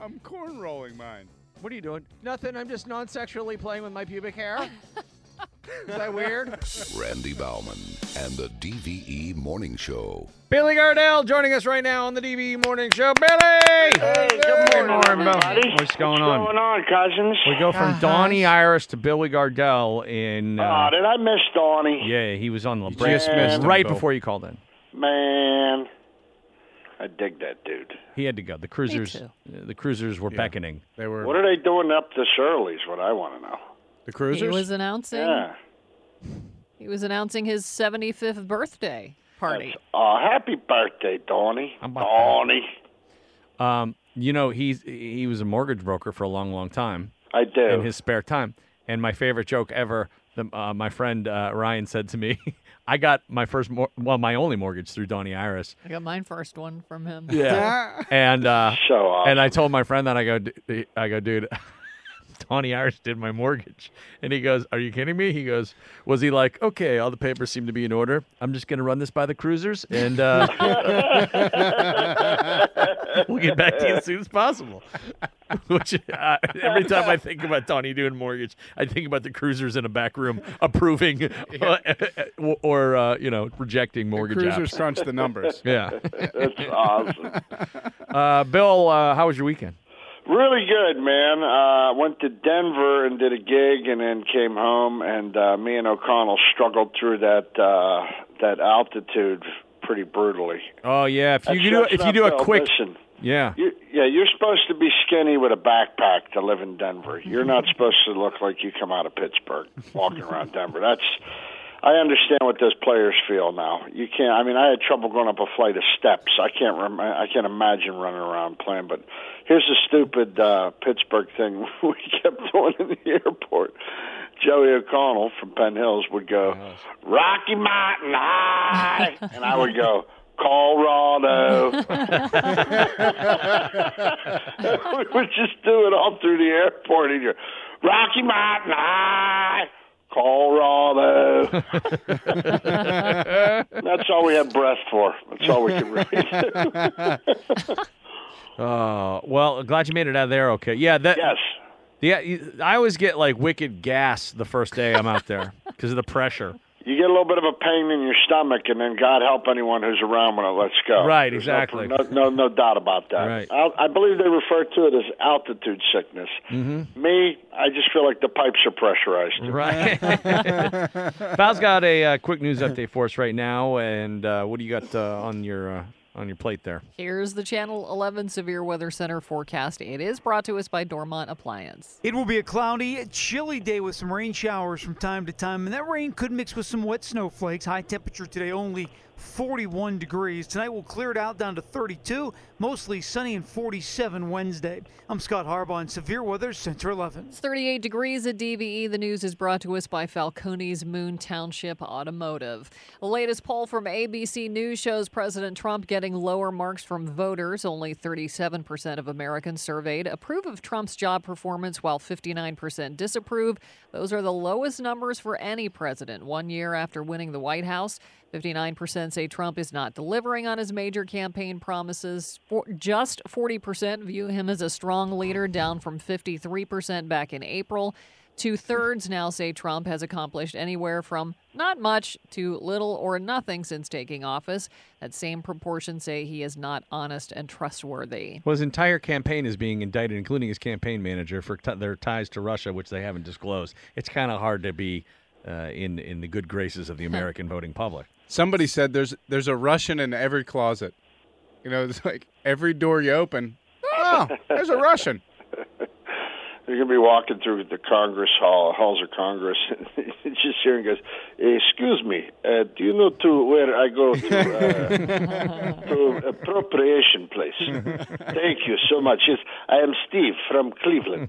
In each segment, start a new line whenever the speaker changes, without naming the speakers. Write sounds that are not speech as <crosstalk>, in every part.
I'm corn rolling mine.
What are you doing? Nothing. I'm just non sexually playing with my pubic hair. Is that weird?
Randy Bauman and the DVE Morning Show.
Billy Gardell joining us right now on the DVE Morning Show. Billy!
Hey, good morning,
morning, Bill.
everybody.
What's going on?
What's going on, cousins?
We go from Donnie Iris to Billy Gardell in.
Aw,
Uh,
did I miss Donnie?
yeah, he was on the break
just missed him,
right
Bill.
before you called in.
Man, I dig that dude.
He had to go. The cruisers,
too.
the cruisers were beckoning.
They were
What are they doing up this early is what I want to know.
the
He
cruisers.
was announcing
Yeah.
he was announcing his 75th birthday party.
Aw, Uh, happy birthday, Donnie.
How about that?
Donnie.
Um, you know, he's he was a mortgage broker for a long, long time.
I do.
in his spare time. And my favorite joke ever, the, uh, my friend uh, Ryan said to me, <laughs> I got my first, mor- well, my only mortgage through Donnie Iris.
I got mine first one from him.
Yeah. and uh,
so awesome.
and I told my friend that I go, "D- I go, dude, <laughs> Donnie Iris did my mortgage, and he goes, "Are you kidding me?" He goes, "Was he like, okay, all the papers seem to be in order. I'm just gonna run this by the cruisers, and uh, <laughs> we'll get back to you as soon as possible." <laughs> Which uh, every time I think about Donnie doing mortgage, I think about the cruisers in a back room approving uh, or uh, you know rejecting
<laughs>
mortgage
cruisers
apps.
crunch
<laughs>
the numbers.
Yeah,
That's awesome.
uh, Bill, uh, how was your weekend?
Really good, man. Uh, went to Denver and did a gig, and then came home. And uh, me and O'Connell struggled through that uh, that altitude pretty brutally.
Oh yeah, if
That's
you do
just
if you
not
do a
Bill.
quick
listen,
yeah.
you, yeah, you're supposed to be skinny with a backpack to live in Denver. You're not supposed to look like you come out of Pittsburgh walking around Denver. That's I understand what those players feel now. You can't. I mean, I had trouble going up a flight of steps. I can't. Rem- I can't imagine running around playing. But here's the stupid uh, Pittsburgh thing <laughs> we kept doing in the airport. Joey O'Connell from Penn Hills would go, Rocky Mountain High, and I would go, Colorado. <laughs> we would just do it all through the airport and you're Rocky Mountain High, Colorado. <laughs> That's all we had breath for. That's all we could really <laughs> do.
Uh, well, glad you made it out of there. Okay, yeah, that
Yes.
yeah. you- I always get like wicked gas the first day I'm
<laughs>
out there because of the pressure.
You get a little bit of a pain in your stomach, and then God help anyone who's around when it lets go.
Right,
There's
exactly.
No, no, no doubt about that.
Right.
Al- I believe they refer to it as altitude sickness. Mm-hmm. Me, I just feel like the pipes are pressurized.
Right. <laughs> Val's got a uh, quick news update for us right now, and uh, what do you got uh, on your uh, on your plate there?
Here's the Channel 11 Severe Weather Center forecast. It is brought to us by Dormont Appliance.
It will be a cloudy, chilly day with some rain showers from time to time, and that rain could mix with some wet snowflakes. High temperature today only 41 degrees. Tonight we'll clear it out down to 32, mostly sunny and 47 Wednesday. I'm Scott Harbaugh on Severe Weather Center 11.
It's 38 degrees at DVE. The news is brought to us by Falcone's Moon Township Automotive. The latest poll from ABC News shows President Trump getting lower marks from voters. Only 37% of Americans surveyed approve of Trump's job performance, while 59% disapprove. Those are the lowest numbers for any president one year after winning the White House. 59% say Trump is not delivering on his major campaign promises. For just 40% view him as a strong leader, down from 53% back in April. Two thirds now say Trump has accomplished anywhere from not much to little or nothing since taking office. That same proportion say he is not honest and trustworthy.
Well, his entire campaign is being indicted, including his campaign manager, for t- their ties to Russia, which they haven't disclosed. It's kind of hard to be uh, in in the good graces of the American voting public.
Somebody said there's there's a Russian in every closet. You know, <laughs> it's like every door you open, oh, there's a Russian.
<laughs> You're gonna be walking through the Congress Hall, halls of Congress, <laughs> and just hearing goes, "Excuse me, uh, do you know to where I go to, uh, to appropriation place? Thank you so much. Yes, I am Steve from Cleveland.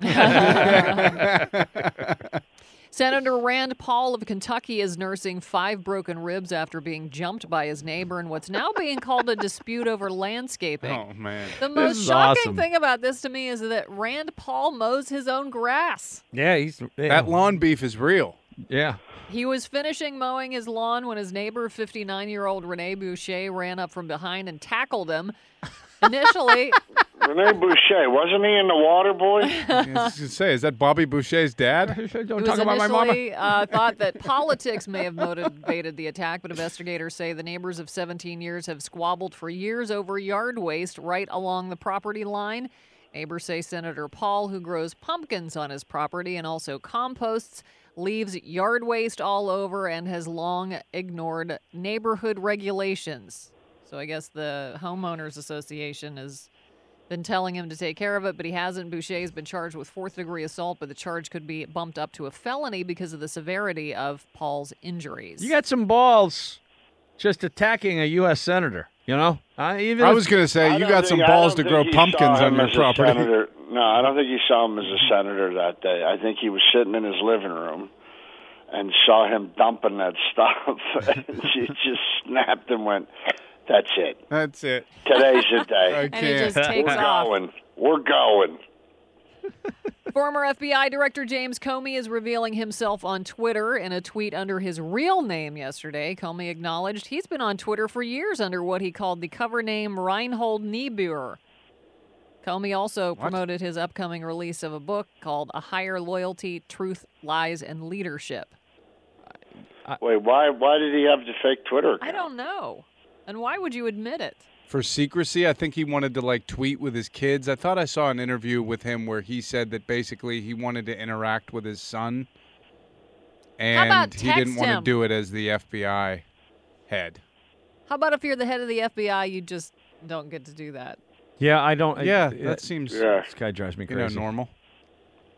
Senator Rand Paul of Kentucky is nursing five broken ribs after being jumped by his neighbor in what's now being called a dispute over landscaping.
Oh man,
The most
is
shocking
awesome.
thing about this to me is that Rand Paul mows his own grass.
Yeah, he's
that lawn beef
<laughs>
is real.
Yeah,
He was finishing mowing his lawn when his neighbor,
<laughs>
59 year old Rene Boucher, ran up from behind and tackled him. Initially,
Rene Boucher, wasn't he in the water boy?
I was gonna say, is that Bobby
<laughs>
Boucher's dad?
Don't
It was initially uh, thought that politics may have motivated the attack, but investigators say the neighbors of 17 years have squabbled for years over yard waste right along the property line. Neighbors say Senator Paul, who grows pumpkins on his property and also composts, leaves yard waste all over and has long ignored neighborhood regulations. So I guess the homeowners association is been telling him to take care of it, but he hasn't. Boucher's been charged with fourth degree assault, but the charge could be bumped up to a felony because of the severity of Paul's injuries.
You got some balls just attacking a U.S. senator, you know? I, even
I
if-
was gonna say
I
you
don't
got
think-
some
I
balls to
don't
grow
think you
pumpkins
saw
on
him
your
as a
property.
senator. No, I don't think you saw him as a senator that day. I think he was sitting in his living room and saw him dumping that stuff. <laughs> and she just snapped and went, "That's it.
<laughs> That's it.
Today's the day.
and he
<laughs> Okay.
just
<laughs>
takes
We're
off.
going. We're going."
Former FBI Director James Comey is revealing himself on Twitter in a tweet under his real name yesterday. Comey acknowledged he's been on Twitter for years under what he called the cover name Reinhold Niebuhr. Comey also promoted his upcoming release of a book called A Higher Loyalty Truth, Lies, and Leadership.
Uh,
Wait, why? Why did he have the fake Twitter?
I
account?
don't know. And why would you admit it?
For secrecy, I think he wanted to like tweet with his kids. I thought I saw an interview with him where he said that basically he wanted to interact with his son, and
about
he didn't
text
want
him?
to do it as the FBI head.
How about if you're the head of the FBI, you just don't get to do that?
Yeah, I don't. I-
yeah,
it-
that seems
Yeah.
This guy drives me
you know
crazy.
normal.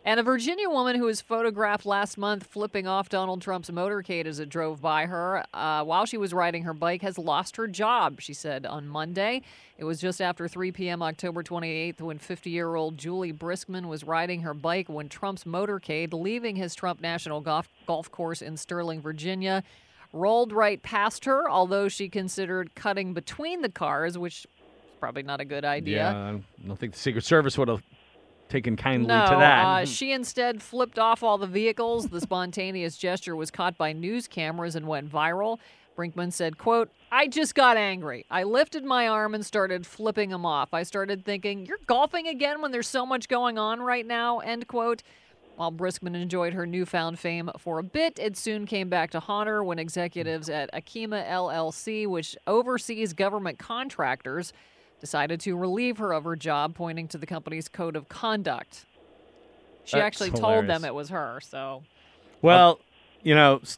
And a Virginia woman who was photographed last month flipping off Donald Trump's motorcade as it drove by her uh, while she was riding her bike has lost her job, she said on Monday. It was just after 3 p.m. October 28th when 50 year old Julie Briskman was riding her bike when Trump's motorcade, leaving his Trump National Golf, golf Course in Sterling, Virginia, rolled right past her, although she considered cutting between the cars, which is probably not a good idea.
Yeah, I don't- I don't think the Secret Service would have taken kindly
No,
to that. Mm-hmm.
Uh, she instead flipped off all the vehicles. The spontaneous gesture was caught by news cameras and went viral. Brinkman said, quote, I just got angry. I lifted my arm and started flipping them off. I started thinking, you're golfing again when there's so much going on right now, end quote. While Briskman enjoyed her newfound fame for a bit, it soon came back to haunt her when executives at Akima LLC, which oversees government contractors, decided to relieve her of her job, pointing to the company's code of conduct. She
That's
actually told
hilarious.
them it was her, so
Well, you know, s-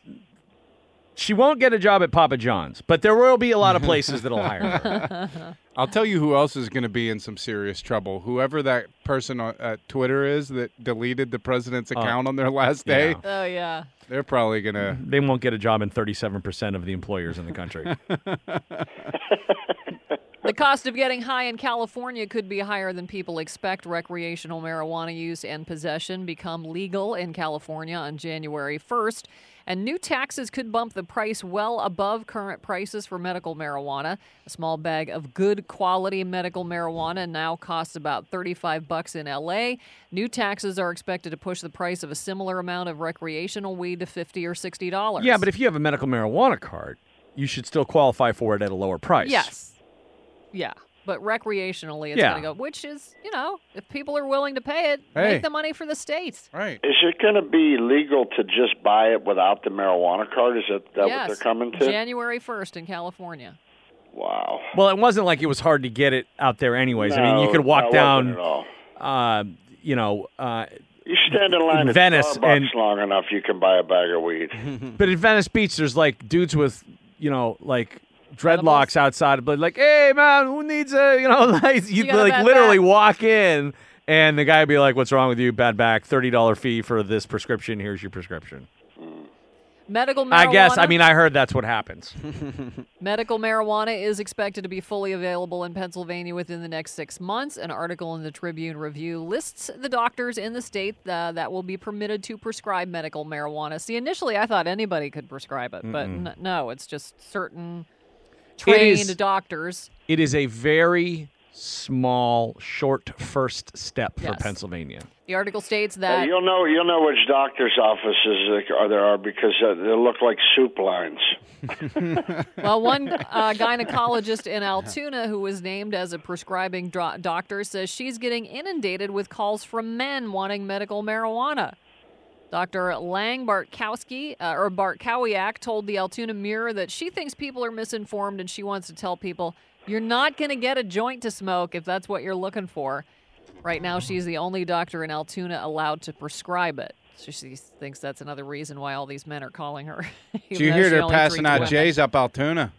she won't get a job at Papa John's, but there will be a lot of places that'll <laughs> hire her.
I'll tell you who else is going to be in some serious trouble. Whoever that person on uh, Twitter is that deleted the president's account on their last day,
Uh, yeah. Mm-hmm.
oh yeah.
they're probably going to.
They won't get a job in 37% of the employers in
<laughs>
the country.
The cost of getting high in California could be higher than people expect. Recreational marijuana use and possession become legal in California on January 1st, and new taxes could bump the price well above current prices for medical marijuana. A small bag of good quality medical marijuana now costs about 35 bucks in LA. New taxes are expected to push the price of a similar amount of recreational weed to 50 or 60 dollars.
yeah, but if you have a medical marijuana card, you should still qualify for it at a lower price.
Yes. Yeah. But recreationally, it's
Yeah.
going to go, which is, you know, if people are willing to pay it,
Hey.
make the money for the states.
Right.
Is it going to be legal to just buy it without the marijuana card? Is that, that what
yes.
they're coming to?
January 1st in California.
wow.
Well, it wasn't like it was hard to get it out there, anyways. I mean, you
No,
could walk
no, it wasn't at
down,
all.
uh, you know, uh,
You stand in line
in
at
Venice
Starbucks
and-
long enough, you can buy a bag of
<laughs>
weed.
But in Venice Beach, there's like dudes with, you know, like dreadlocks outside, but like, hey man, who needs a, you know, <laughs> like
You
you
got a
like
bad
literally
back.
walk in, and the guy would be like, "What's wrong with you? Bad back. Thirty dollar fee for this prescription. Here's your prescription."
Medical marijuana.
I guess. I mean, I heard that's
<laughs>
what happens.
Medical marijuana is expected to be fully available in Pennsylvania within the next six months. An article in the Tribune Review lists the doctors in the state uh, that will be permitted to prescribe medical marijuana. See, initially I thought anybody could prescribe it, but n- no, it's just certain
It is-
trained doctors.
It is a very small, short first step
Yes.
for Pennsylvania.
The article states
Uh,
that
you'll know you'll know which doctor's offices are- there are because uh, they look like soup lines.
Well, one uh, gynecologist in Altoona who was named as a prescribing dro- doctor says she's getting inundated with calls from men wanting medical marijuana. Dr. Lang Bartkowski, uh, or Bartkowiak, told the Altoona Mirror that she thinks people are misinformed and she wants to tell people, you're not going to get a joint to smoke if that's what you're looking for. Right now, she's the only doctor in Altoona allowed to prescribe it. So she thinks that's another reason why all these men are calling her. <laughs>
Do you hear they're passing out J's up
<laughs>
Altoona?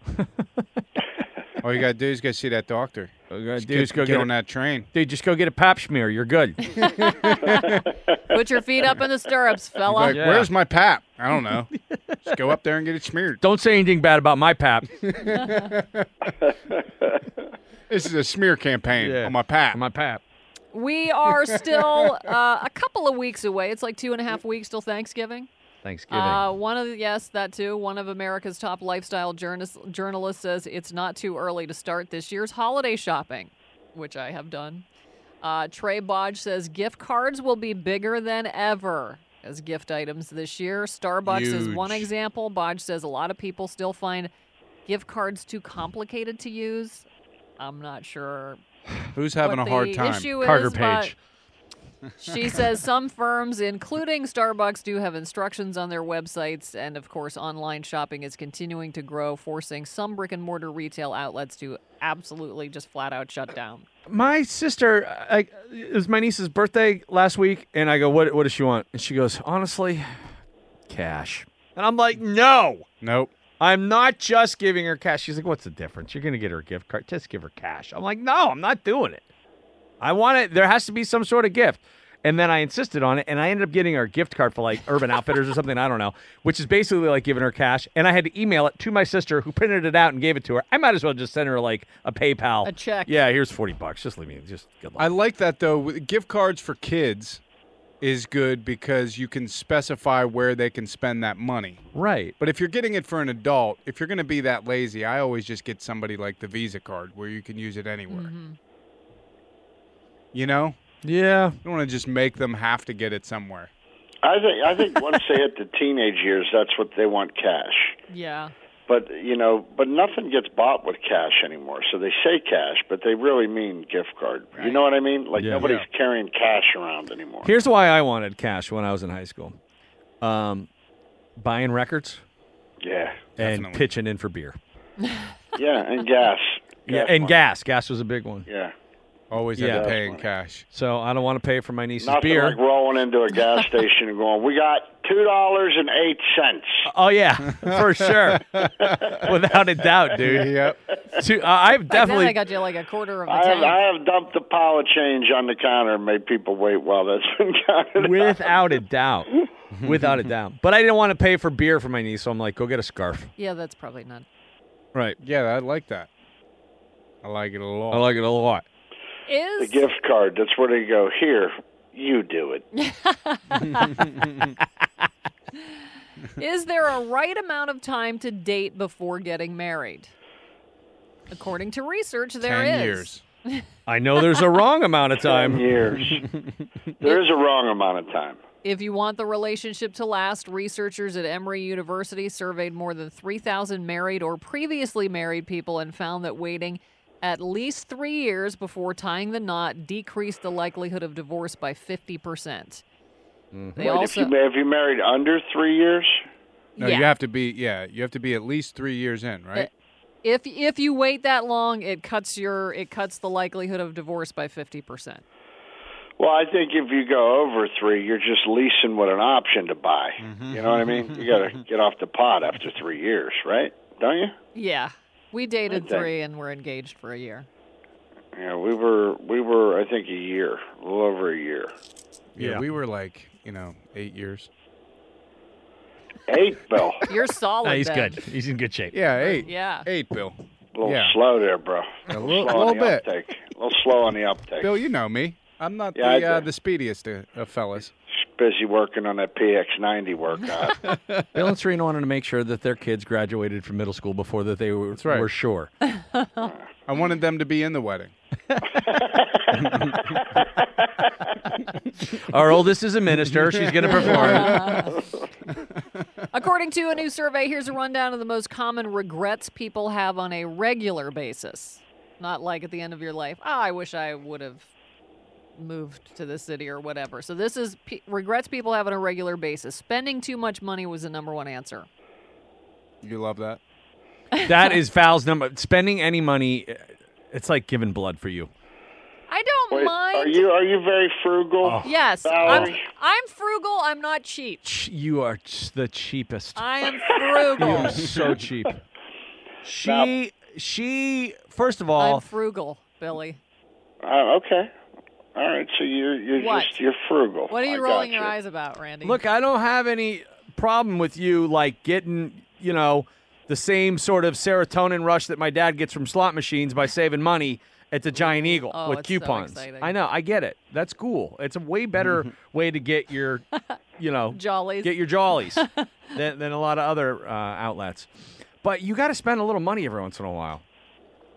All you gotta do is go see that doctor.
Just
Uh, Dude, go get, on that train.
Dude, just go get a pap smear. You're <laughs> good.
Put your feet up in the stirrups, fella.
Like, where's my pap? I don't <laughs> know. Just go up there and get it smeared.
Don't say anything bad about my pap.
This is a smear campaign
Yeah.
on Oh, my pap.
my pap.
We are still uh, a couple of weeks away. It's like two and a half weeks till Thanksgiving.
Thanksgiving.
Uh, one of the, yes, that too. One of America's top lifestyle journas journalists says it's not too early to start this year's holiday shopping, which I have done. Uh, Trey Bodge says gift cards will be bigger than ever as gift items this year. Starbucks is one
Huge.
example. Bodge says a lot of people still find gift cards too complicated to use. I'm not sure
Who's having
what
a hard
the
time?
issue
Carter
is, but
Page.
She says some firms, including Starbucks, do have instructions on their websites, and of course, online shopping is continuing to grow, forcing some brick and mortar retail outlets to absolutely just flat out shut down.
my sister, I, it was my niece's birthday last week, and I go, "What? What does she want?" And she goes, "Honestly, cash." And I'm like, "No,
Nope.
I'm not just giving her cash." She's like, "What's the difference? You're gonna get her a gift card. Just give her cash." I'm like, "No, I'm not doing it. I want it. There has to be some sort of gift." And then I insisted on it, and I ended up getting her a gift card for like Urban Outfitters or something. I don't know, which is basically like giving her cash. And I had to email it to my sister, who printed it out and gave it to her. I might as well just send her like a PayPal
A check.
Yeah, here's forty bucks. Just leave me. Just good luck.
I like that though. With- Gift cards for kids is good because you can specify where they can spend that money.
Right.
But if you're getting it for an adult, if you're going to be that lazy, I always just get somebody like the Visa card where you can use it anywhere.
Mm-hmm.
You know,
Yeah.
you don't want to just make them have to get it somewhere.
I think I think once they
<laughs>
hit the teenage years, that's what they want cash.
Yeah.
But you know, but nothing gets bought with cash anymore. So they say cash, but they really mean gift card. You know what I mean? Like
Yeah.
nobody's carrying cash around anymore.
Here's why I wanted cash when I was in high school. Um, buying records
yeah,
and
Definitely.
pitching in for beer.
yeah, and gas.
Yeah,
Gas
and
money.
gas. Gas was a big one.
Yeah,
Always
Yeah.
end up paying cash.
So I don't want to pay for my niece's
nothing
beer.
like rolling into
<laughs>
a gas station and going, "We got two dollars and eight cents."
oh yeah, <laughs> for sure, without a doubt, dude.
Yep.
Two- I-
Back
I've
then,
definitely
I got you like a quarter of a
I have, I
tank.
have dumped a pile of change on the counter and made people wait while that's been <laughs> counted.
<laughs> without a doubt, <laughs> without a doubt. But I didn't want to pay for beer for my niece, so I'm like, go get a scarf.
Yeah, that's probably not.
Right.
Yeah, I like that. I like it a lot.
I like it a lot.
the
Is
gift card. That's where they go. Here, you do
<laughs>
it.
is there a right amount of time to date before getting married? According to research, there is.
Ten years.
I know there's a wrong amount of <laughs> time.
Years. there is a wrong amount of time.
If you want the relationship to last, researchers at Emory University surveyed more than 3,000 married or previously married people and found that waiting at least three years before tying the knot decreased the likelihood of divorce by 50%. percent They
Wait, if you
also,
ma- if you married under three years,
No,
yeah.
you have to be. Yeah, you have to be at least three years in, right?
if if you wait that long, it cuts your it cuts the likelihood of divorce by 50%.
well, I think if you go over three, you're just leasing with an option to buy. You know what I mean? You got to get off the pot after three years, right? Don't you?
Yeah. We dated
Okay.
three and were engaged for a year.
Yeah, we were we were I think a year, a little over a year.
Yeah.
Yeah.
We were like, you know, eight years.
Eight, Bill.
You're solid.
No, he's
then.
good. He's in good shape.
Yeah, eight.
Yeah.
Eight, Bill. <laughs>
A little
Yeah.
slow there, bro.
A little,
slow
little
on the
bit.
uptake. A little slow on the uptake.
Bill, you know me. I'm not
Yeah, I
the uh,
do.
the speediest of, of fellas.
Just busy working on that PX90 workout.
<laughs>
Bill and Serena wanted to make sure that their kids graduated from middle school before that they were,
right.
were sure.
I wanted them to be in the wedding.
Our oldest is a minister. She's going to perform.
According to a new survey, here's a rundown of the most common regrets people have on a regular basis. Not like at the end of your life, oh, I wish I would have moved to this city or whatever. So this is pe regrets people have on a regular basis. Spending too much money was the number one answer.
You love that.
That is Val's number. Spending any money, eh, it's like giving blood for you.
I don't
Wait,
mind.
are you are you very frugal?
Oh.
yes, I'm,
Valerie.
I'm frugal. I'm not cheap.
Ch- You are ch- the cheapest.
I am
<laughs> You
frugal.
are so cheap. She, she. First of all,
I'm frugal, Billy.
Oh, okay. All right. So you're you're
What?
just you're frugal.
What are
I
you
got
rolling your
you.
eyes about, Randy?
Look, I don't have any problem with you like getting, you know, the same sort of serotonin rush that my dad gets from slot machines by saving money at the Giant Eagle
Oh,
with
it's so
coupons.
exciting.
I know, I get it. That's cool. It's a way <laughs> better way to get your, you know,
<laughs> Jollies.
get
<laughs>
your jollies than, than a lot of other uh, outlets. But you got to spend a little money every once in a while.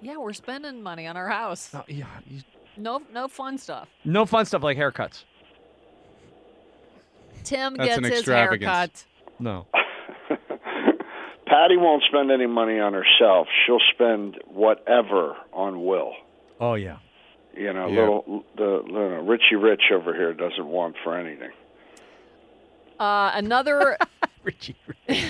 yeah, we're spending money on our house.
No, Oh, yeah, you-
No, no fun stuff.
no fun stuff like haircuts.
Tim
That's an
gets his
extravagance.
haircut.
No.
Patty won't spend any money on herself. She'll spend whatever on Will.
Oh yeah.
You know,
Yeah.
little the you know, Richie Rich over here doesn't want for anything.
Uh,
<laughs>
another
Richie.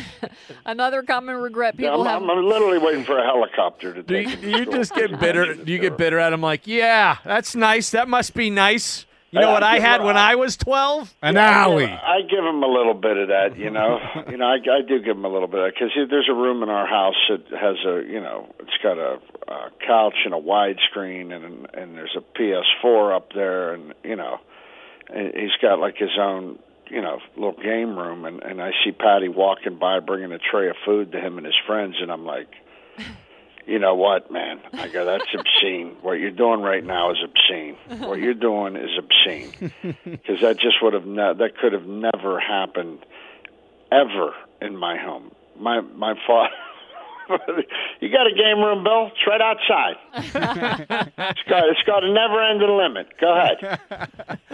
<laughs> another common regret
Yeah,
people
I'm,
have.
I'm, I'm literally waiting for a helicopter to
Do
take.
you,
me
do
to
you
school.
just
<laughs>
get bitter? Do you get
Sure.
bitter at him? Like, yeah, that's nice. That must be nice. You know what I had when I was twelve?
An
I
alley.
give- I give him a little bit of that, you know. you know, I, I do give him a little bit of because there's a room in our house that has a, you know, it's got a, a couch and a widescreen, and and there's a PS4 up there, and you know, and he's got like his own, you know, little game room, and and I see Patty walking by bringing a tray of food to him and his friends, and I'm like. You know what, man? I go, that's obscene. What you're doing right now is obscene. What you're doing is obscene because that just would have ne- that could have never happened ever in my home. My my father. <laughs> you got a game room, Bill? It's right outside. it's got it's got a never-ending limit. Go ahead.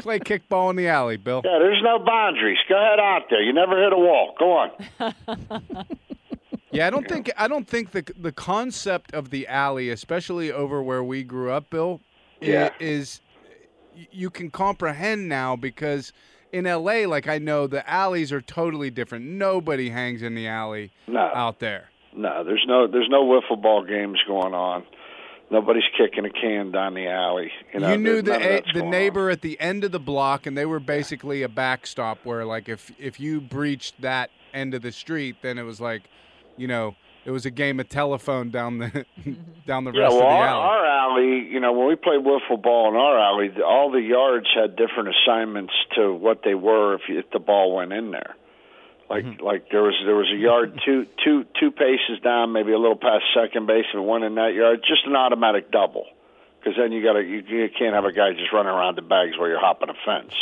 Play kickball in the alley, Bill.
Yeah, there's no boundaries. Go ahead out there. You never hit a wall. Go on.
Yeah, I don't think I don't think the the concept of the alley, especially over where we grew up, Bill, i-
Yeah.
is you can comprehend now because in LA, like I know the alleys are totally different. Nobody hangs in the alley
No.
out there.
No, there's no there's no wiffle ball games going on. Nobody's kicking a can down the alley. You, know,
you knew
there's none
the
of
a,
that's
the
going on.
neighbor at the end of the block, and they were basically a backstop where, like, if if you breached that end of the street, then it was like, you know, it was a game of telephone down the <laughs> down the
Yeah,
rest
well,
of the
our,
alley.
our alley, you know, when we played wiffle ball in our alley, th- all the yards had different assignments to what they were if, you- if the ball went in there. Like,
Mm-hmm.
like there was there was a
<laughs>
yard two two two paces down, maybe a little past second base, and one in that yard, just an automatic double. Because then you got to you, you can't have a guy just running around the bags while you're hopping a fence.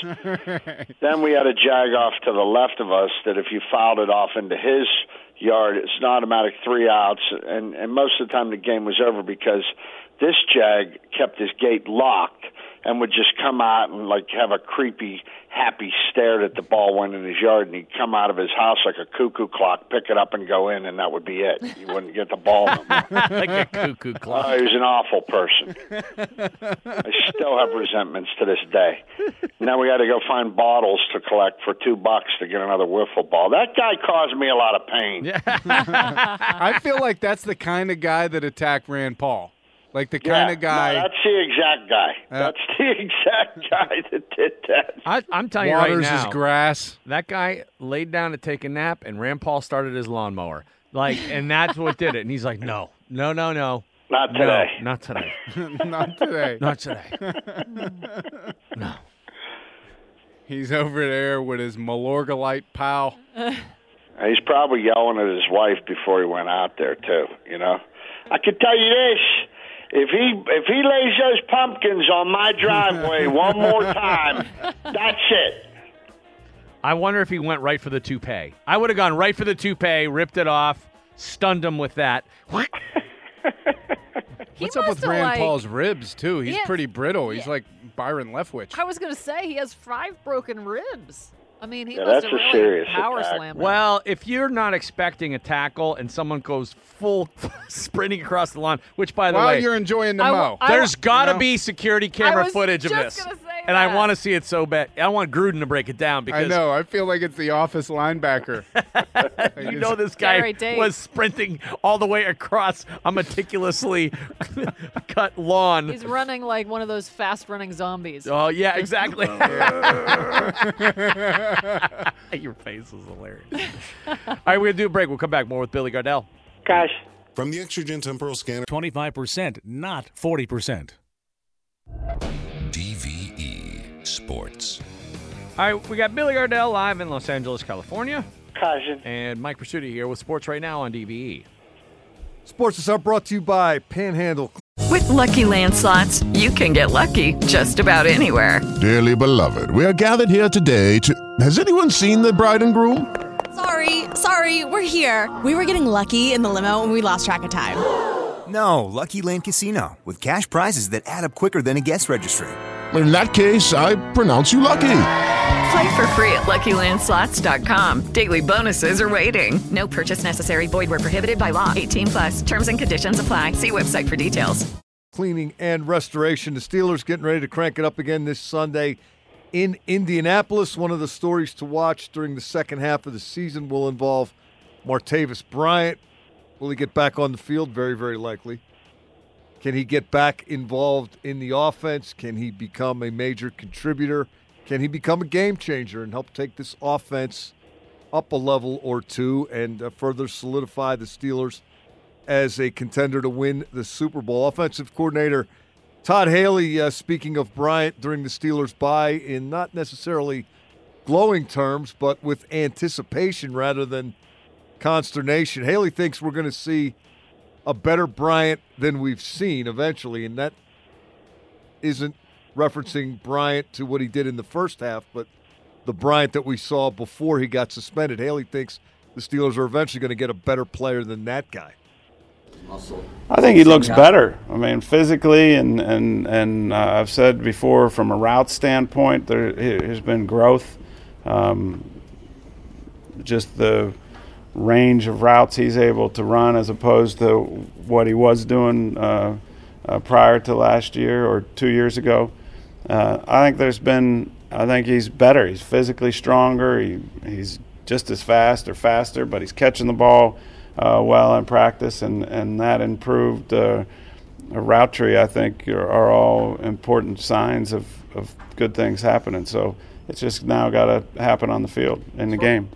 Then we had a jag off to the left of us that if you fouled it off into his yard, it's an automatic three outs. And, and most of the time the game was over because this jag kept his gate locked and would just come out and like have a creepy, happy stare that the ball went in his yard. And he'd come out of his house like a cuckoo clock, pick it up and go in, and that would be it. You wouldn't get the ball. No more.
like a cuckoo clock.
Oh, he was an awful person. I still have resentments to this day. Now we got to go find bottles to collect for two bucks to get another wiffle ball. That guy caused me a lot of pain. Yeah.
I feel like that's the kind of guy that attacked Rand Paul, like the kind of guy.
No, that's the exact guy.
Uh,
that's the <laughs> exact guy that did that.
I, I'm telling you right
Waters
now,
his grass. <laughs>
that guy laid down to take a nap, and Rand Paul started his lawnmower. Like, and that's what did it. And he's like, no, no, no, no,
Not today.
no, not today,
Not today.
not today.
He's over there with his Malorgalite pal.
He's probably yelling at his wife before he went out there too. You know, I can tell you this: if he if he lays those pumpkins on my driveway one more time, that's it.
I wonder if he went right for the toupee. I would have gone right for the toupee, ripped it off, stunned him with that.
He
What's up with
must've,
Rand
like-
Paul's ribs too? He's
Yeah.
pretty brittle. He's
Yeah.
like Byron Leftwich.
I was gonna say he has five broken ribs. I mean, he
Yeah,
must
that's
have
a
really
serious
power
attack.
slammed. her.
Well, if you're not expecting a tackle and someone goes full <laughs> sprinting across the lawn, which by the
While
way,
you're enjoying the
I w-
mo,
I-
there's got to
know?
be security camera
was
footage of
just
this,
gonna say
and I
that.
want to see it so bad. I want Gruden to break it down
I
because
know. I feel like it's the office
<laughs>
linebacker. Like,
you
it's-
know this guy
Gary Date.
was sprinting all the way across a meticulously <laughs> cut lawn.
He's running like one of those fast-running zombies.
Oh yeah, exactly. <laughs> Your face is hilarious. All right, we're gonna do a break. We'll come back more with Billy Gardell.
Gosh.
From the Extragen Temporal Scanner,
25%, not 40%.
DVE E Sports.
All right, we got Billy Gardell live in Los Angeles, California,
Cousin.
and Mike Pursuti here with Sports Right Now on E. DVE.
Sports is up brought to you by Panhandle.
With Lucky Land slots, you can get lucky just about anywhere.
Dearly beloved, we are gathered here today to. Has anyone seen the bride and groom?
Sorry, sorry, we're here. We were getting lucky in the limo and we lost track of time.
No, Lucky Land Casino with cash prizes that add up quicker than a guest registry.
In that case, I pronounce you lucky.
Play for free at LuckyLandSlots.com. Daily bonuses are waiting. No purchase necessary. Void were prohibited by law. 18 plus. Terms and conditions apply. See website for details.
Cleaning and restoration. The Steelers getting ready to crank it up again this Sunday in Indianapolis. One of the stories to watch during the second half of the season will involve Martavis Bryant. Will he get back on the field? Very, very likely. Can he get back involved in the offense? Can he become a major contributor? Can he become a game changer and help take this offense up a level or two and uh, further solidify the Steelers as a contender to win the Super Bowl? Offensive coordinator Todd Haley, uh, speaking of Bryant during the Steelers' bye, in not necessarily glowing terms, but with anticipation rather than consternation. Haley thinks we're going to see a better Bryant than we've seen eventually, and that isn't referencing Bryant to what he did in the first half, but the Bryant that we saw before he got suspended. Haley thinks the Steelers are eventually going to get a better player than that guy.
I think he looks better. I mean, physically, and and and uh, I've said before, from a route standpoint, there has been growth. Um, just the range of routes he's able to run, as opposed to what he was doing uh, uh, prior to last year or two years ago. Uh, I think there's been. I think he's better. He's physically stronger. He, he's just as fast or faster, but he's catching the ball uh, well in practice, and and that improved uh, route tree. I think are, are all important signs of of good things happening. So it's just now got to happen on the field in the game.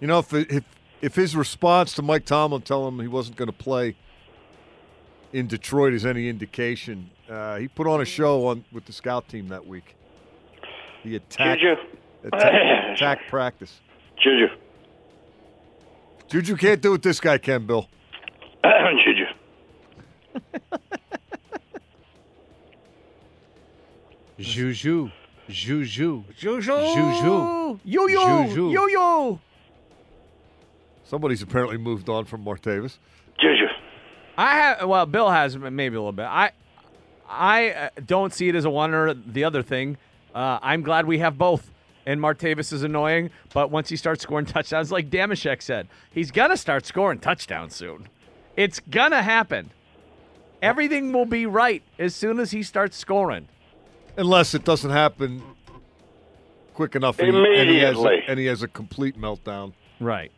You know, if if if his response to Mike Tomlin telling him he wasn't going to play in Detroit is any indication, uh, he put on a show on with the scout team that week. He attacked
Juju. <laughs>
attack, attack practice.
Juju. <clears throat>
Juju can't do what this guy can, Bill.
Juju.
Juju. Juju.
Juju, yo yo,
Juju.
yo yo.
Somebody's apparently moved on from Martavis.
Juju.
I have. Well, Bill has but maybe a little bit. I, I uh, don't see it as a one or the other thing. Uh, I'm glad we have both. And Martavis is annoying, but once he starts scoring touchdowns, like Damashek said, he's gonna start scoring touchdowns soon. It's gonna happen. Everything will be right as soon as he starts scoring.
Unless it doesn't happen quick enough, and he- and he has a,
Immediately. Oh.
and he has a complete meltdown,
Right.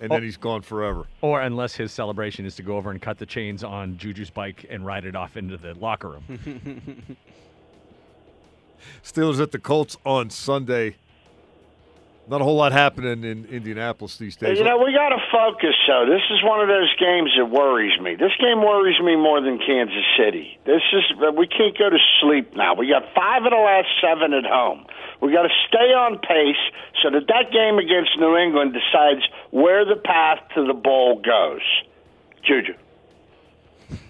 and then he's gone forever.
Or unless his celebration is to go over and cut the chains on Juju's bike and ride it off into the locker room.
Steelers at the Colts on Sunday. Not a whole lot happening in Indianapolis these days.
You know, we got to focus, though. This is one of those games that worries me. This game worries me more than Kansas City. This is, we can't go to sleep now. We got five of the last seven at home. We got to stay on pace so that that game against New England decides where the path to the bowl goes. Juju.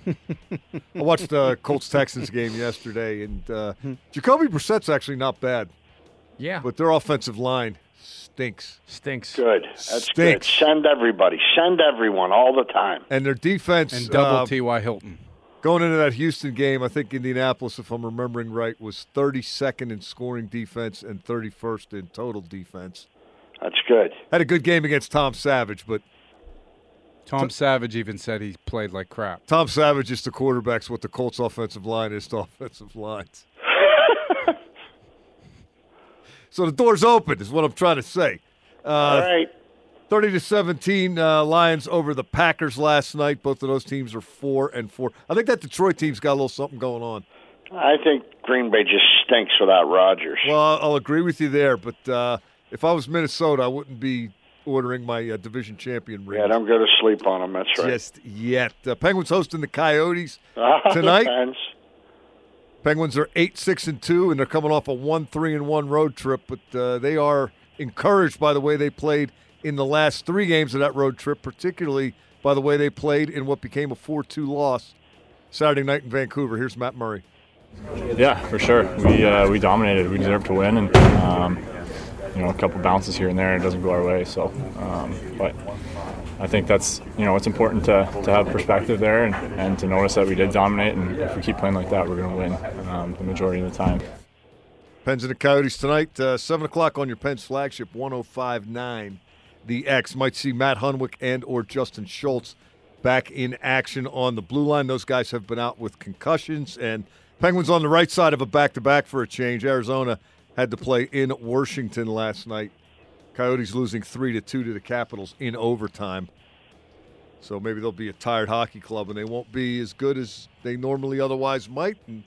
I watched uh, the Colts Texans game yesterday, and uh, Jacoby Brissett's actually not bad.
<laughs> Yeah.
But their offensive line stinks.
Stinks.
Good. That's
Stinks.
good. Send everybody. Send everyone all the time.
And their defense. uh,
And double
Uh,
T.Y. Hilton.
Going into that Houston game, I think Indianapolis, if I'm remembering right, was 32nd in scoring defense and 31st in total defense.
That's good.
Had a good game against Tom Savage, but
Tom Savage even said he played like crap.
Tom Savage is the quarterback's what the Colts offensive line is to offensive lines. so the door's open is what I'm trying to say. Uh,
all right.
30 to 17 uh, Lions over the Packers last night. Both of those teams are 4 and 4. I think that Detroit team's got a little something going on.
I think Green Bay just stinks without Rodgers.
Well, I'll- I'll agree with you there, but uh, if I was Minnesota, I wouldn't be ordering my uh, division champion ring
Yeah, don't go to sleep on them. That's right. <laughs>
just yet. Uh, Penguins hosting the Coyotes
Ah,
tonight.
depends.
Penguins are eight six and two, and they're coming off a one three and one road trip. But uh, they are encouraged by the way they played in the last three games of that road trip, particularly by the way they played in what became a four two loss Saturday night in Vancouver. Here's Matt Murray.
Yeah, for sure. We uh, we dominated. We deserved to win, and um, you know, a couple bounces here and there, it doesn't go our way. So, um, but I think that's you know, it's important to, to have perspective there and, and to notice that we did dominate, and if we keep playing like that, we're going to win um, the majority of the time.
Pens and the Coyotes tonight, uh, 7 o'clock on your Pens flagship, 105.9. The X might see Matt Hunwick and or Justin Schultz back in action on the blue line. Those guys have been out with concussions, and Penguins on the right side of a back-to-back for a change. Arizona had to play in Washington last night. Coyotes losing 3 to 2 to the Capitals in overtime. So maybe they'll be a tired hockey club and they won't be as good as they normally otherwise might. And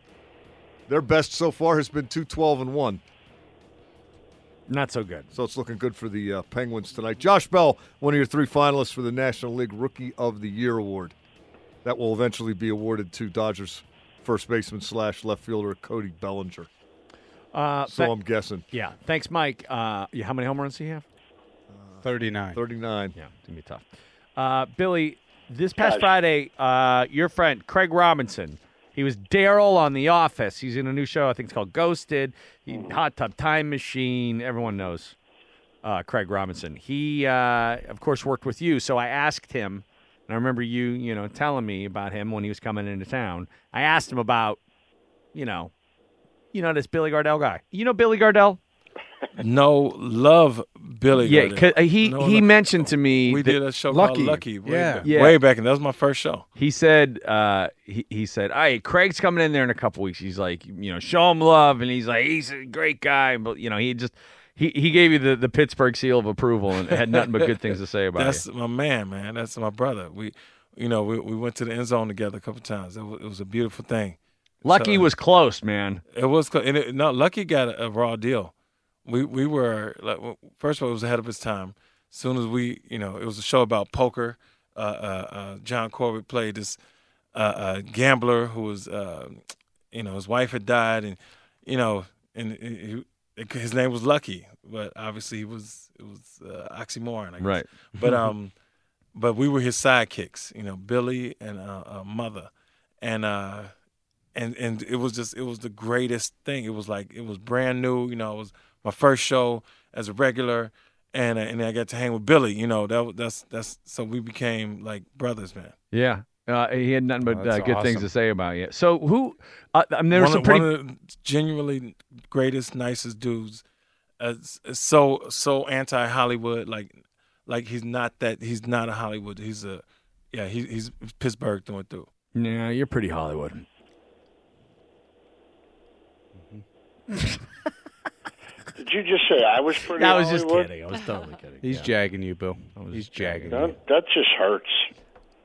their best so far has been 2 12 and 1.
Not so good.
So it's looking good for the uh, Penguins tonight. Josh Bell, one of your three finalists for the National League Rookie of the Year award. That will eventually be awarded to Dodgers first baseman slash left fielder Cody Bellinger.
Uh,
So
tha-
I'm guessing.
Yeah. Thanks, Mike. Uh, yeah, how many home runs do you have?
39.
39.
Yeah, it's going to be tough. Uh, Billy, this past
Guys.
Friday, uh, your friend Craig Robinson, he was Daryl on The Office. He's in a new show. I think it's called Ghosted. He, Hot Tub Time Machine. Everyone knows uh, Craig Robinson. He, uh, of course, worked with you. So I asked him, and I remember you, you know, telling me about him when he was coming into town. I asked him about, you know, you know this Billy Gardell guy. You know Billy Gardell?
No, love Billy.
Yeah,
Gardell.
'cause he-
No,
he
no.
mentioned to me
we
that-
did a show
uh, Lucky.
called Lucky. Way
Yeah.
back,
Yeah.
way back, and that was my first show.
He said, uh, he, he said, all right, Craig's coming in there in a couple weeks. He's like, you know, show him love. And he's like, he's a great guy. But, you know, he just, he, he gave you the, the Pittsburgh seal of approval and had nothing but good things to say about
That's um,
you.
my man, man. That's my brother. We, you know, we, we went to the end zone together a couple times. It was, it was a beautiful thing.
Lucky
So-
was close, man.
It was, co- and it, no, Lucky got a, a raw deal. We we were like, well, first of all, it was ahead of its time. As soon as we, you know, it was a show about poker. Uh, uh, uh, John Corbett played this uh, uh, gambler who was, uh, you know, his wife had died, and you know, and he, he- his name was Lucky, but obviously he was it was uh, oxymoron, I guess.
Right.
But um, but we were his sidekicks, you know, Billy and uh, uh, Mother, and uh, and and it was just it was the greatest thing. It was like it was brand new, you know. It was my first show as a regular, and uh, and I got to hang with Billy, you know. That was- that's that's so we became like brothers, man.
Yeah. Uh, he had nothing but
Oh,
uh,
that's
good things
awesome.
to say about you. So who, uh, I mean, there were
one,
some
of-
pretty,
one of the genuinely greatest, nicest dudes. Uh, s- so so anti Hollywood, like like he's not that he's not a Hollywood. He's a yeah, he, he's Pittsburgh through and through.
yeah, you're pretty Hollywood.
Did you just say I was pretty?
I was just
Hollywood?
kidding. I was totally kidding.
He's jagging you, Bill. He's jagging you.
That, that just hurts.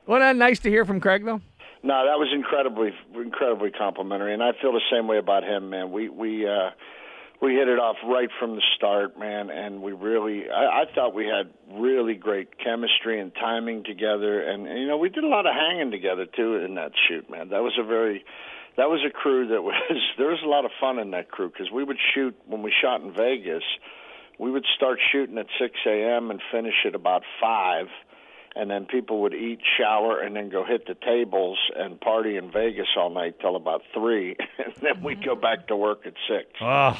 Wasn't that nice to hear from Craig, though?
No, that was incredibly, incredibly complimentary, and I feel the same way about him, man. We we uh, we hit it off right from the start, man, and we really, I, I thought we had really great chemistry and timing together, and, and you know, we did a lot of hanging together too in that shoot, man. That was a very that was a crew that <laughs> was there was a lot of fun in that crew because we would shoot when we shot in Vegas, we would start shooting at six a.m. and finish at about five, and then people would eat, shower, and then go hit the tables and party <laughs> in Vegas all night till about three, and then we'd go back to work at six.
Oh,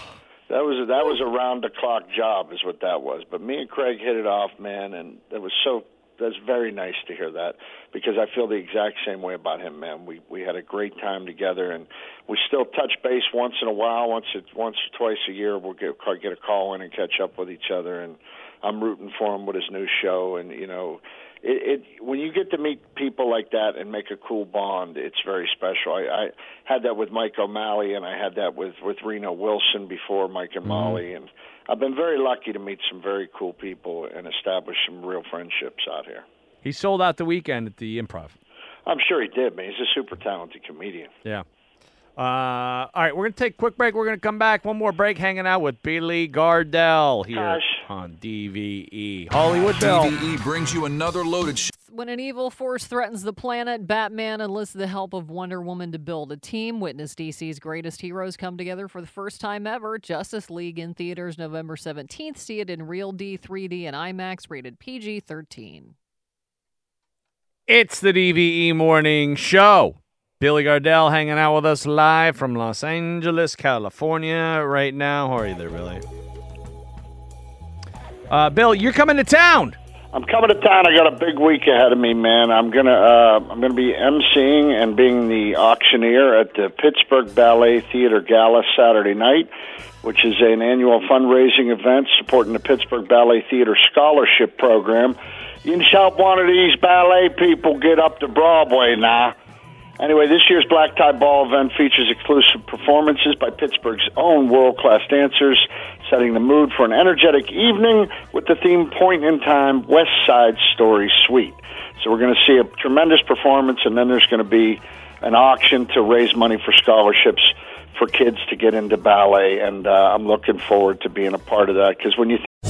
That was that was a round the clock job, is what that was. But me and Craig hit it off, man, and it was so. That's very nice to hear that because I feel the exact same way about him, man. We we had a great time together, and we still touch base once in a while, once it, once or twice a year. We'll get get a call in and catch up with each other, and I'm rooting for him with his new show, and you know it, it when you get to meet people like that and make a cool bond, it's very special. I, I had that with Mike O'Malley, and I had that with with Reno Wilson before Mike and Molly, and I've been very lucky to meet some very cool people and establish some real friendships out here.
He sold out the weekend at the improv.
I'm sure he did, man. He's a super talented comedian.
Yeah. Uh, all right, we're going to take a quick break. We're going to come back. One more break hanging out with Billy Gardell here on DVE. Hollywood Bill.
DVE brings you another loaded sh-
When an evil force threatens the planet, Batman enlists the help of Wonder Woman to build a team. Witness DC's greatest heroes come together for the first time ever. Justice League in theaters November 17th. See it in Real D, 3D, and IMAX, rated PG 13.
It's the DVE Morning Show. Billy Gardell hanging out with us live from Los Angeles, California, right now. How are you there, Billy? Uh, Bill, you're coming to town.
I'm coming to town. I got a big week ahead of me, man. I'm gonna uh, I'm gonna be emceeing and being the auctioneer at the Pittsburgh Ballet Theater Gala Saturday night, which is an annual fundraising event supporting the Pittsburgh Ballet Theater Scholarship Program. You can help one of these ballet people get up to Broadway now. Anyway, this year's Black Tie Ball event features exclusive performances by Pittsburgh's own world class dancers, setting the mood for an energetic evening with the theme Point in Time West Side Story Suite. So, we're going to see a tremendous performance, and then there's going to be an auction to raise money for scholarships for kids to get into ballet. And uh, I'm looking forward to being a part of that because when you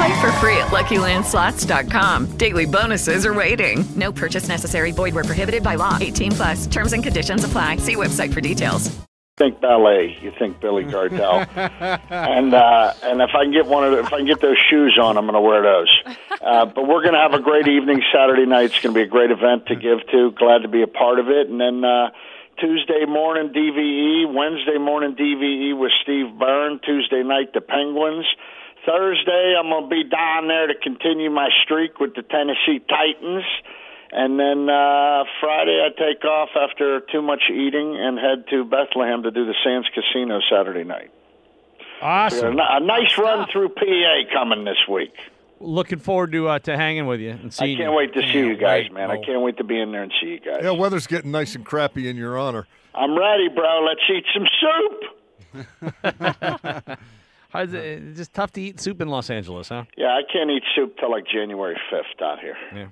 Play for free at LuckyLandSlots.com. Daily bonuses are waiting. No purchase necessary. Void were prohibited by law. 18 plus. Terms and conditions apply. See website for details.
think ballet, you think Billy Gardell. <laughs> and uh, and if I can get one of the, if I can get those shoes on, I'm going to wear those. Uh, but we're going to have a great evening Saturday night. It's going to be a great event to give to. Glad to be a part of it. And then uh, Tuesday morning DVE, Wednesday morning DVE with Steve Byrne. Tuesday night the Penguins. Thursday I'm going to be down there to continue my streak with the Tennessee Titans. And then uh, Friday, I take off after too much eating and head to Bethlehem to do the Sands Casino Saturday night. We got
Awesome.
A, ni- a nice run through PA coming this week.
Looking forward to uh, to hanging with you and seeing.
I can't
you.
wait to see you guys, man. I can't wait to be in there and see you guys.
Yeah, weather's getting nice and crappy in your honor.
I'm ready, bro. Let's eat some soup.
How's it, it's just tough to eat soup in Los Angeles, huh?
Yeah, I can't eat soup till like January 5th out here.
Yeah.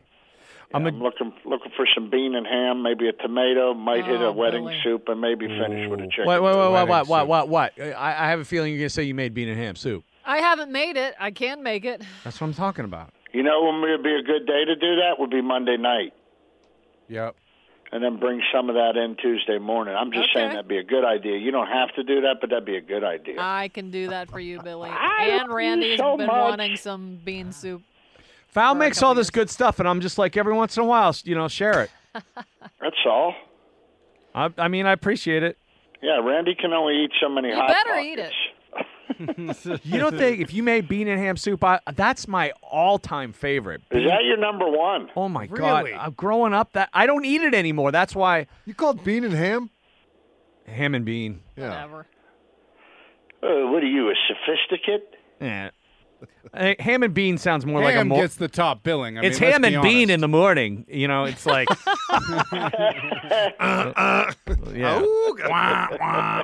I'm, looking looking for some bean and ham, maybe a tomato, might hit a wedding soup, and maybe finish with a chicken.
What, what, what, what, what, what, what, what? I, I have a feeling you're going to say you made bean and ham soup.
I haven't made it. I can make it.
That's what I'm talking about.
You know when would be a good day to do that? Would be Monday night.
Yep.
And then bring some of that in Tuesday morning. I'm just saying that'd be a good idea. You don't have to do that, but that'd be a good idea.
I can do that for you,
<laughs>
Billy.
love
and
you
Randy's
so
been
much.
wanting some bean soup.
Foul makes all this good stuff, and I'm just like, every once in a while, you know, share it.
That's all.
I, I mean, I appreciate it.
Yeah, Randy can only eat so many
You
hot
better
dogs.
eat it.
You don't think if you made bean and ham soup, I, that's my all-time favorite.
Is that your number one?
Oh my god! Uh, growing up, that I don't eat it anymore. That's why
you called bean and ham.
Ham and bean.
Whatever.
Uh, what are you, a sophisticate?
Yeah. I think ham and bean sounds more like a
Ham
more.
gets the top billing. I
it's
mean, let's
ham
be
and bean in the morning. You know, it's like. yeah.
<laughs>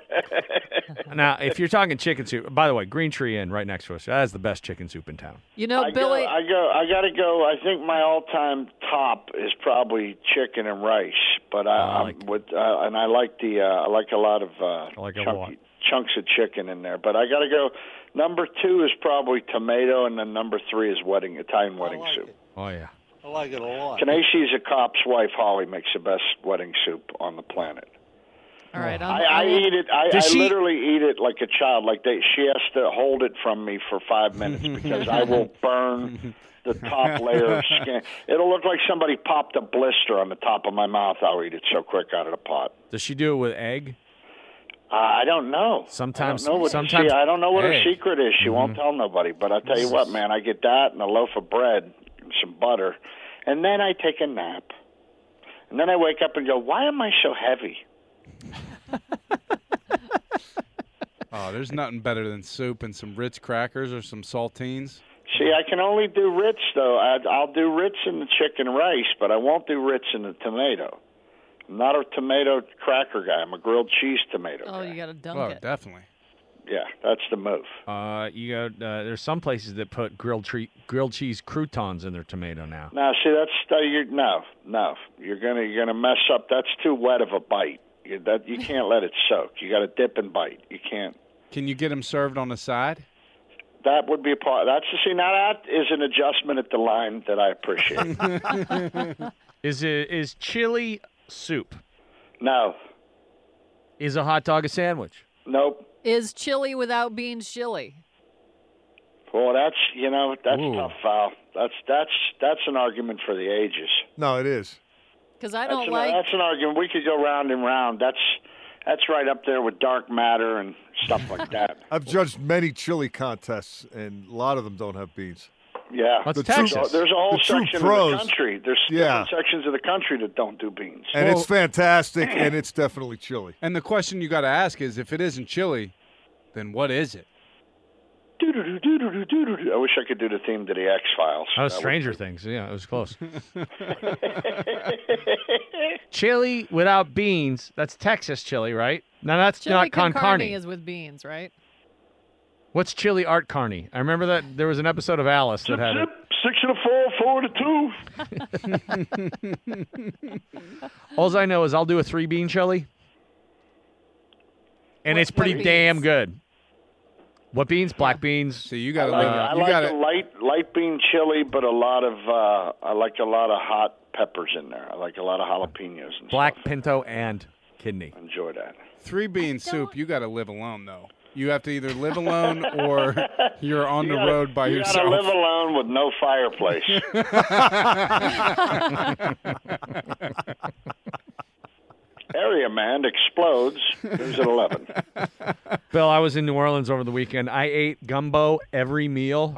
now, if you're talking chicken soup, by the way, Green Tree Inn right next to us. That is the best chicken soup in town.
You know,
I
Uh, Billy.
Go, I go. I gotta go. I think my all-time top is probably chicken and rice, but I, I'm with uh, and I like the uh, I like a lot of uh,
like it a lot.
chunky, chunks of chicken in there. But I gotta go. Number two is probably tomato, and then number three is wedding Italian wedding soup.
Oh yeah.
I like it a lot.
Tenacious, a cop's wife, Holly, makes the best wedding soup on the planet. Oh.
All right, I'm,
I, I
I'm-
eat it. I, I
Does she-
literally eat it like a child. Like they, she has to hold it from me for
<laughs>
five minutes because I will burn the top layer of skin. It'll look like somebody popped a blister on the top of my mouth. I'll eat it so quick out of the pot.
Does she do it with egg?
Uh, I don't know.
Sometimes-
I don't know what,
sometimes-
see, I don't know what
Hey. Mm-hmm.
her secret is. She won't tell nobody. But I tell you what, man, I get that and a loaf of bread, and some butter, and then I take a nap, and then I wake up and go, "Why am I so heavy?"
Oh, there's nothing better than soup and some Ritz crackers or some saltines.
See, I can only do Ritz though. I, I'll do Ritz in the chicken rice, but I won't do Ritz in the tomato. I'm not a tomato cracker guy. I'm a grilled cheese tomato.
oh, you got to dunk
Oh,
it.
definitely.
Yeah, that's the move.
Uh, you got uh, there's some places that put grilled tre- grilled cheese croutons in their tomato now.
Now, see, that's uh, you're, no, no. You're gonna you're gonna mess up. That's too wet of a bite. You, that you can't let it soak. You got to dip and bite. You can't.
Can you get them served on the side?
That would be a part. That's see now that is an adjustment at the line that I
<laughs>
appreciate.
Is it is chili soup?
No.
Is a hot dog a sandwich?
nope.
Is chili without beans chili?
Well, that's you know that's tough, Val. That's that's that's an argument for the ages.
No, it is.
Because I
That's
don't
an,
like.
that's an argument. We could go round and round. That's that's right up there with dark matter and stuff like
<laughs>
that.
I've judged many chili contests, and a lot of them don't have beans.
Yeah,
That's
true-
Texas.
there's a whole
The true
section of the
pros.
country. There's
Yeah.
different sections of the country that don't do beans.
And it's fantastic, and it's definitely chili.
And the question you got to ask is if it isn't chili, then what is it?
Doo-doo-doo, doo-doo-doo, doo-doo-doo. I wish I could do the theme to the X Files.
Oh, Stranger Things. Yeah, it
<laughs>
was close.
Things.
chili without beans. That's Texas chili, right? No, that's
Chili
not
con
con carne.
carne is with beans, right?
What's chili art carne? I remember that there was an episode of Alice that had it.
Six and a four, four to two.
All I know is I'll do a three bean chili, and it's pretty
beans?
damn good. What beans? Black beans.
See, you
I
Uh,
got
like, I like a light light bean chili, but a lot of uh, I like a lot of hot peppers in there. I like a lot of jalapenos and
black pinto and kidney.
enjoy that.
Three bean soup, you got to live alone, though. You have to either live alone or you're on
You
the
gotta-
road by
you gotta
yourself.
live alone with no fireplace. Area man explodes. Who's at eleven?
Bill, I was in New Orleans over the weekend. I ate gumbo every meal.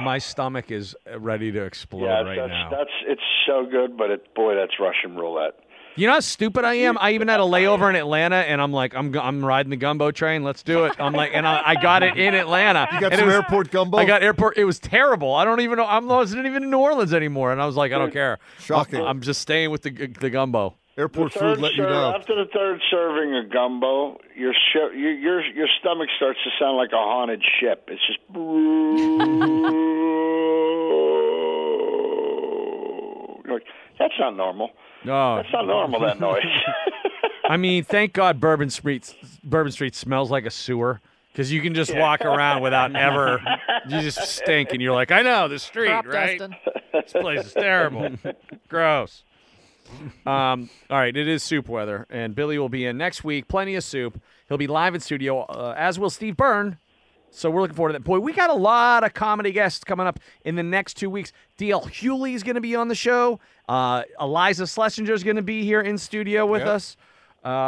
My stomach is ready to explode
yeah,
right
Ah. that's,
now.
that's it's so good, but it boy, that's Russian roulette.
You know how stupid I am. I even had a layover in Atlanta, and I'm like, I'm go- I'm riding the gumbo train. Let's do it. I'm like, and I, I got it in Atlanta.
You got
and it
some
was-
airport gumbo?
I got airport. It was terrible. I don't even know. I'm I wasn't even in New Orleans anymore, and I was like, I don't care.
Shocking.
I'm, I'm just staying with the g- the gumbo.
Airport
Third
food let you
serve-
know.
After the third serving of gumbo, your shi your, your your stomach starts to sound like a haunted ship. It's just <laughs> you're like that's not normal.
No,
That's not normal. That
<laughs>
noise. <laughs>
I mean, thank God Bourbon Street Bourbon Street smells like a sewer because you can just walk around without ever. You just stink, and you're like, I know the street,
Crop
right?
dusting.
This place is terrible, gross. Um, all right, it is soup weather, and Billy will be in next week. Plenty of soup. He'll be live in studio, uh, as will Steve Byrne. So we're looking forward to that. Boy, we got a lot of comedy guests coming up in the next two weeks. DL Hewley is going to be on the show. Uh, Eliza Schlesinger is going to be here in studio with
Yep.
us.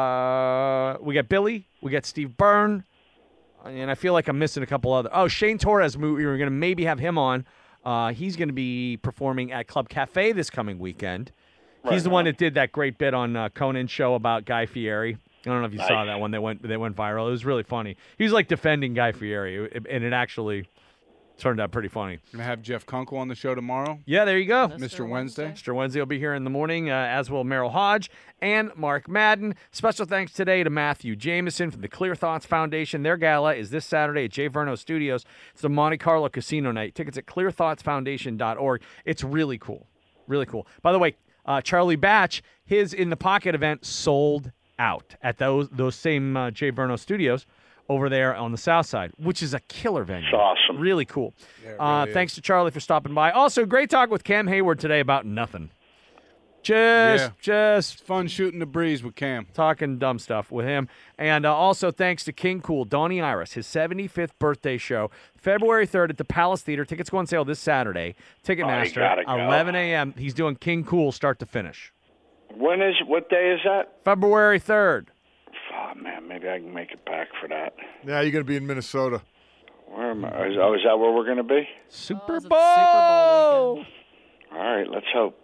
Uh, we got Billy. We got Steve Byrne. And I feel like I'm missing a couple other. Oh, Shane Torres. We we were going to maybe have him on. Uh, he's going to be performing at Club Cafe this coming weekend. he's the one that did that great bit on uh, Conan's show about Guy Fieri. I don't know if you saw that one. That went that went viral. It was really funny. He was like defending Guy Fieri, and it actually turned out pretty funny.
Gonna have Jeff Kunkel on the show tomorrow.
Yeah, there you go.
Mr. Wednesday.
Mr. Wednesday will be here in the morning, uh, as will Merrill Hodge and Mark Madden. Special thanks today to Matthew Jameson from the Clear Thoughts Foundation. Their gala is this Saturday at Jay Verno Studios. It's the Monte Carlo Casino Night. Tickets at clearthoughtsfoundation.org. It's really cool. Really cool. By the way, uh, Charlie Batch, his In the Pocket event sold out at those, those same uh, Jay Verno Studios over there on the south side, which is a killer venue. It's
awesome.
Really cool.
it
uh,
really is.
thanks to Charlie for stopping by. Also, great talk with Cam Hayward today about nothing. Just, just
fun shooting the breeze with Cam.
Talking dumb stuff with him. And uh, also thanks to King Cool, Donnie Iris, his 75th birthday show, February 3rd at the Palace Theater. Tickets go on sale this Saturday.
Oh,
Ticketmaster,
you gotta go.
11 a.m. He's doing King Cool start to finish.
When is what day is that?
February 3rd.
Oh, man, maybe I can make it back for that.
Now you're going to be in Minnesota.
Where am I? Is, oh, is that where we're going to be?
Oh, Super Bowl.
All right, let's hope.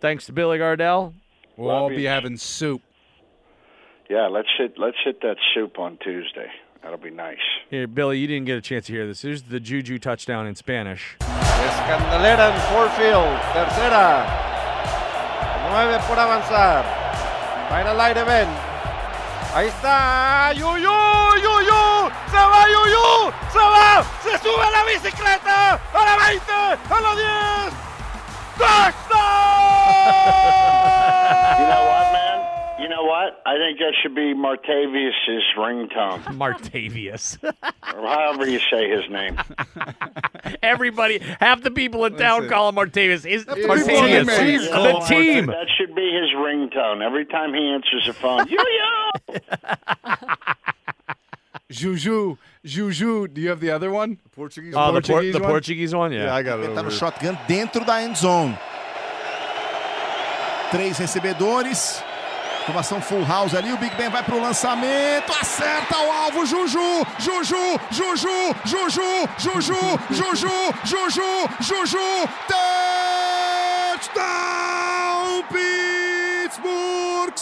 Thanks to Billy Gardell.
We'll all be having soup.
Yeah, let's hit let's hit that soup on Tuesday. That'll be nice.
Here, Billy, you didn't get a chance to hear this. Here's the Juju touchdown in Spanish.
Escandalera en Fort Field, tercera. Nueve por avanzar. Va en el aire, ven. Ahí está. Yuyu, Yuyu. Se va Yuyu. Se va. Se sube a la bicicleta. A la 20. A la 10. Touchdown.
You know what, man? You know what? I think that should be Martavius's ringtone.
<laughs> Martavius.
or however you say his
<laughs>
name.
Everybody, half the people in town call him Martavius. Is Martavius.
Yeah.
The team.
That should be his ringtone. Every time he answers the phone, yo yo.
Juju, Juju. Do you have the other one? Portuguese.
Oh, the, Por- the Portuguese one? Yeah.
I got it.
Tá no shotgun dentro da end zone. Três recebedores. Formação full house ali. O Big Ben vai pro lançamento. Acerta o alvo. Juju, Juju, Juju, Juju, Juju, Juju, Juju, Juju. Touchdown, Pittsburgh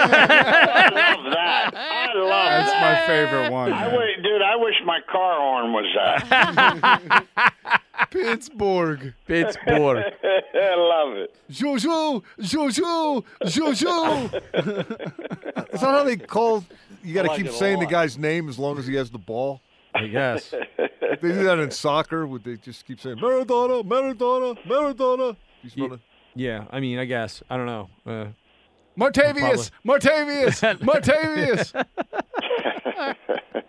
<laughs>
Steelers!
love that. I love
That's
that.
my favorite one.
I
man.
wish, dude, I wish my car horn was uh, that.
Pittsburgh.
<laughs> Pittsburgh.
I love it.
Juju, Juju, Juju. Is that how they call? You got
I
to
like
keep
it a
saying the
lot.
guy's name as long as he has the ball.
I guess.
they do that in soccer. Would they just keep saying Maradona, Maradona, Maradona? He's running.
Yeah, I mean, I guess. I don't know. Uh,
Martavius, Martavius, <laughs> Martavius.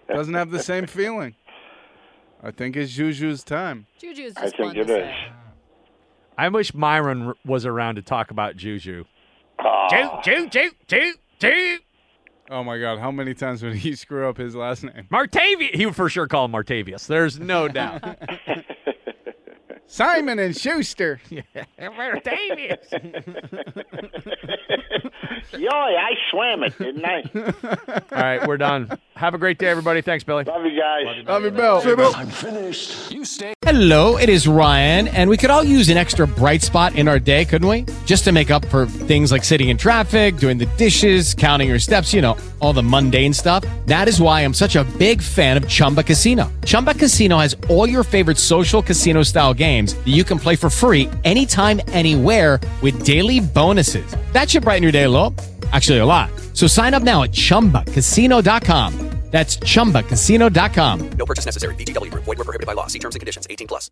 Doesn't have the same feeling. I think it's Juju's time.
Juju is
I
just
think
fun
it
to
is.
say.
I wish Myron r- was around to talk about Juju.
Ah.
Ju, Ju, Ju, Ju.
Oh my God! How many times would he <laughs> screw up his last name?
Martavius. He would for sure call him Martavius. There's no <laughs> doubt.
Simon and <laughs> Schuster.
Yoy, I swam it, didn't I?
All right, we're done. Have a great day, everybody. Thanks, Billy.
Love you guys.
Love you, Bill.
I'm finished. You stay.
Hello, it is Ryan, and we could all use an extra bright spot in our day, couldn't we? Just to make up for things like sitting in traffic, doing the dishes, counting your steps, you know, all the mundane stuff. That is why I'm such a big fan of Chumba Casino. Chumba Casino has all your favorite social casino style games that you can play for free anytime, anywhere with daily bonuses. That should brighten your day, a little. Actually, a lot. So sign up now at chumbacasino.com. That's chumbacasino.com.
No purchase necessary. VGW Group. Void were prohibited by law. See terms and conditions. 18 plus.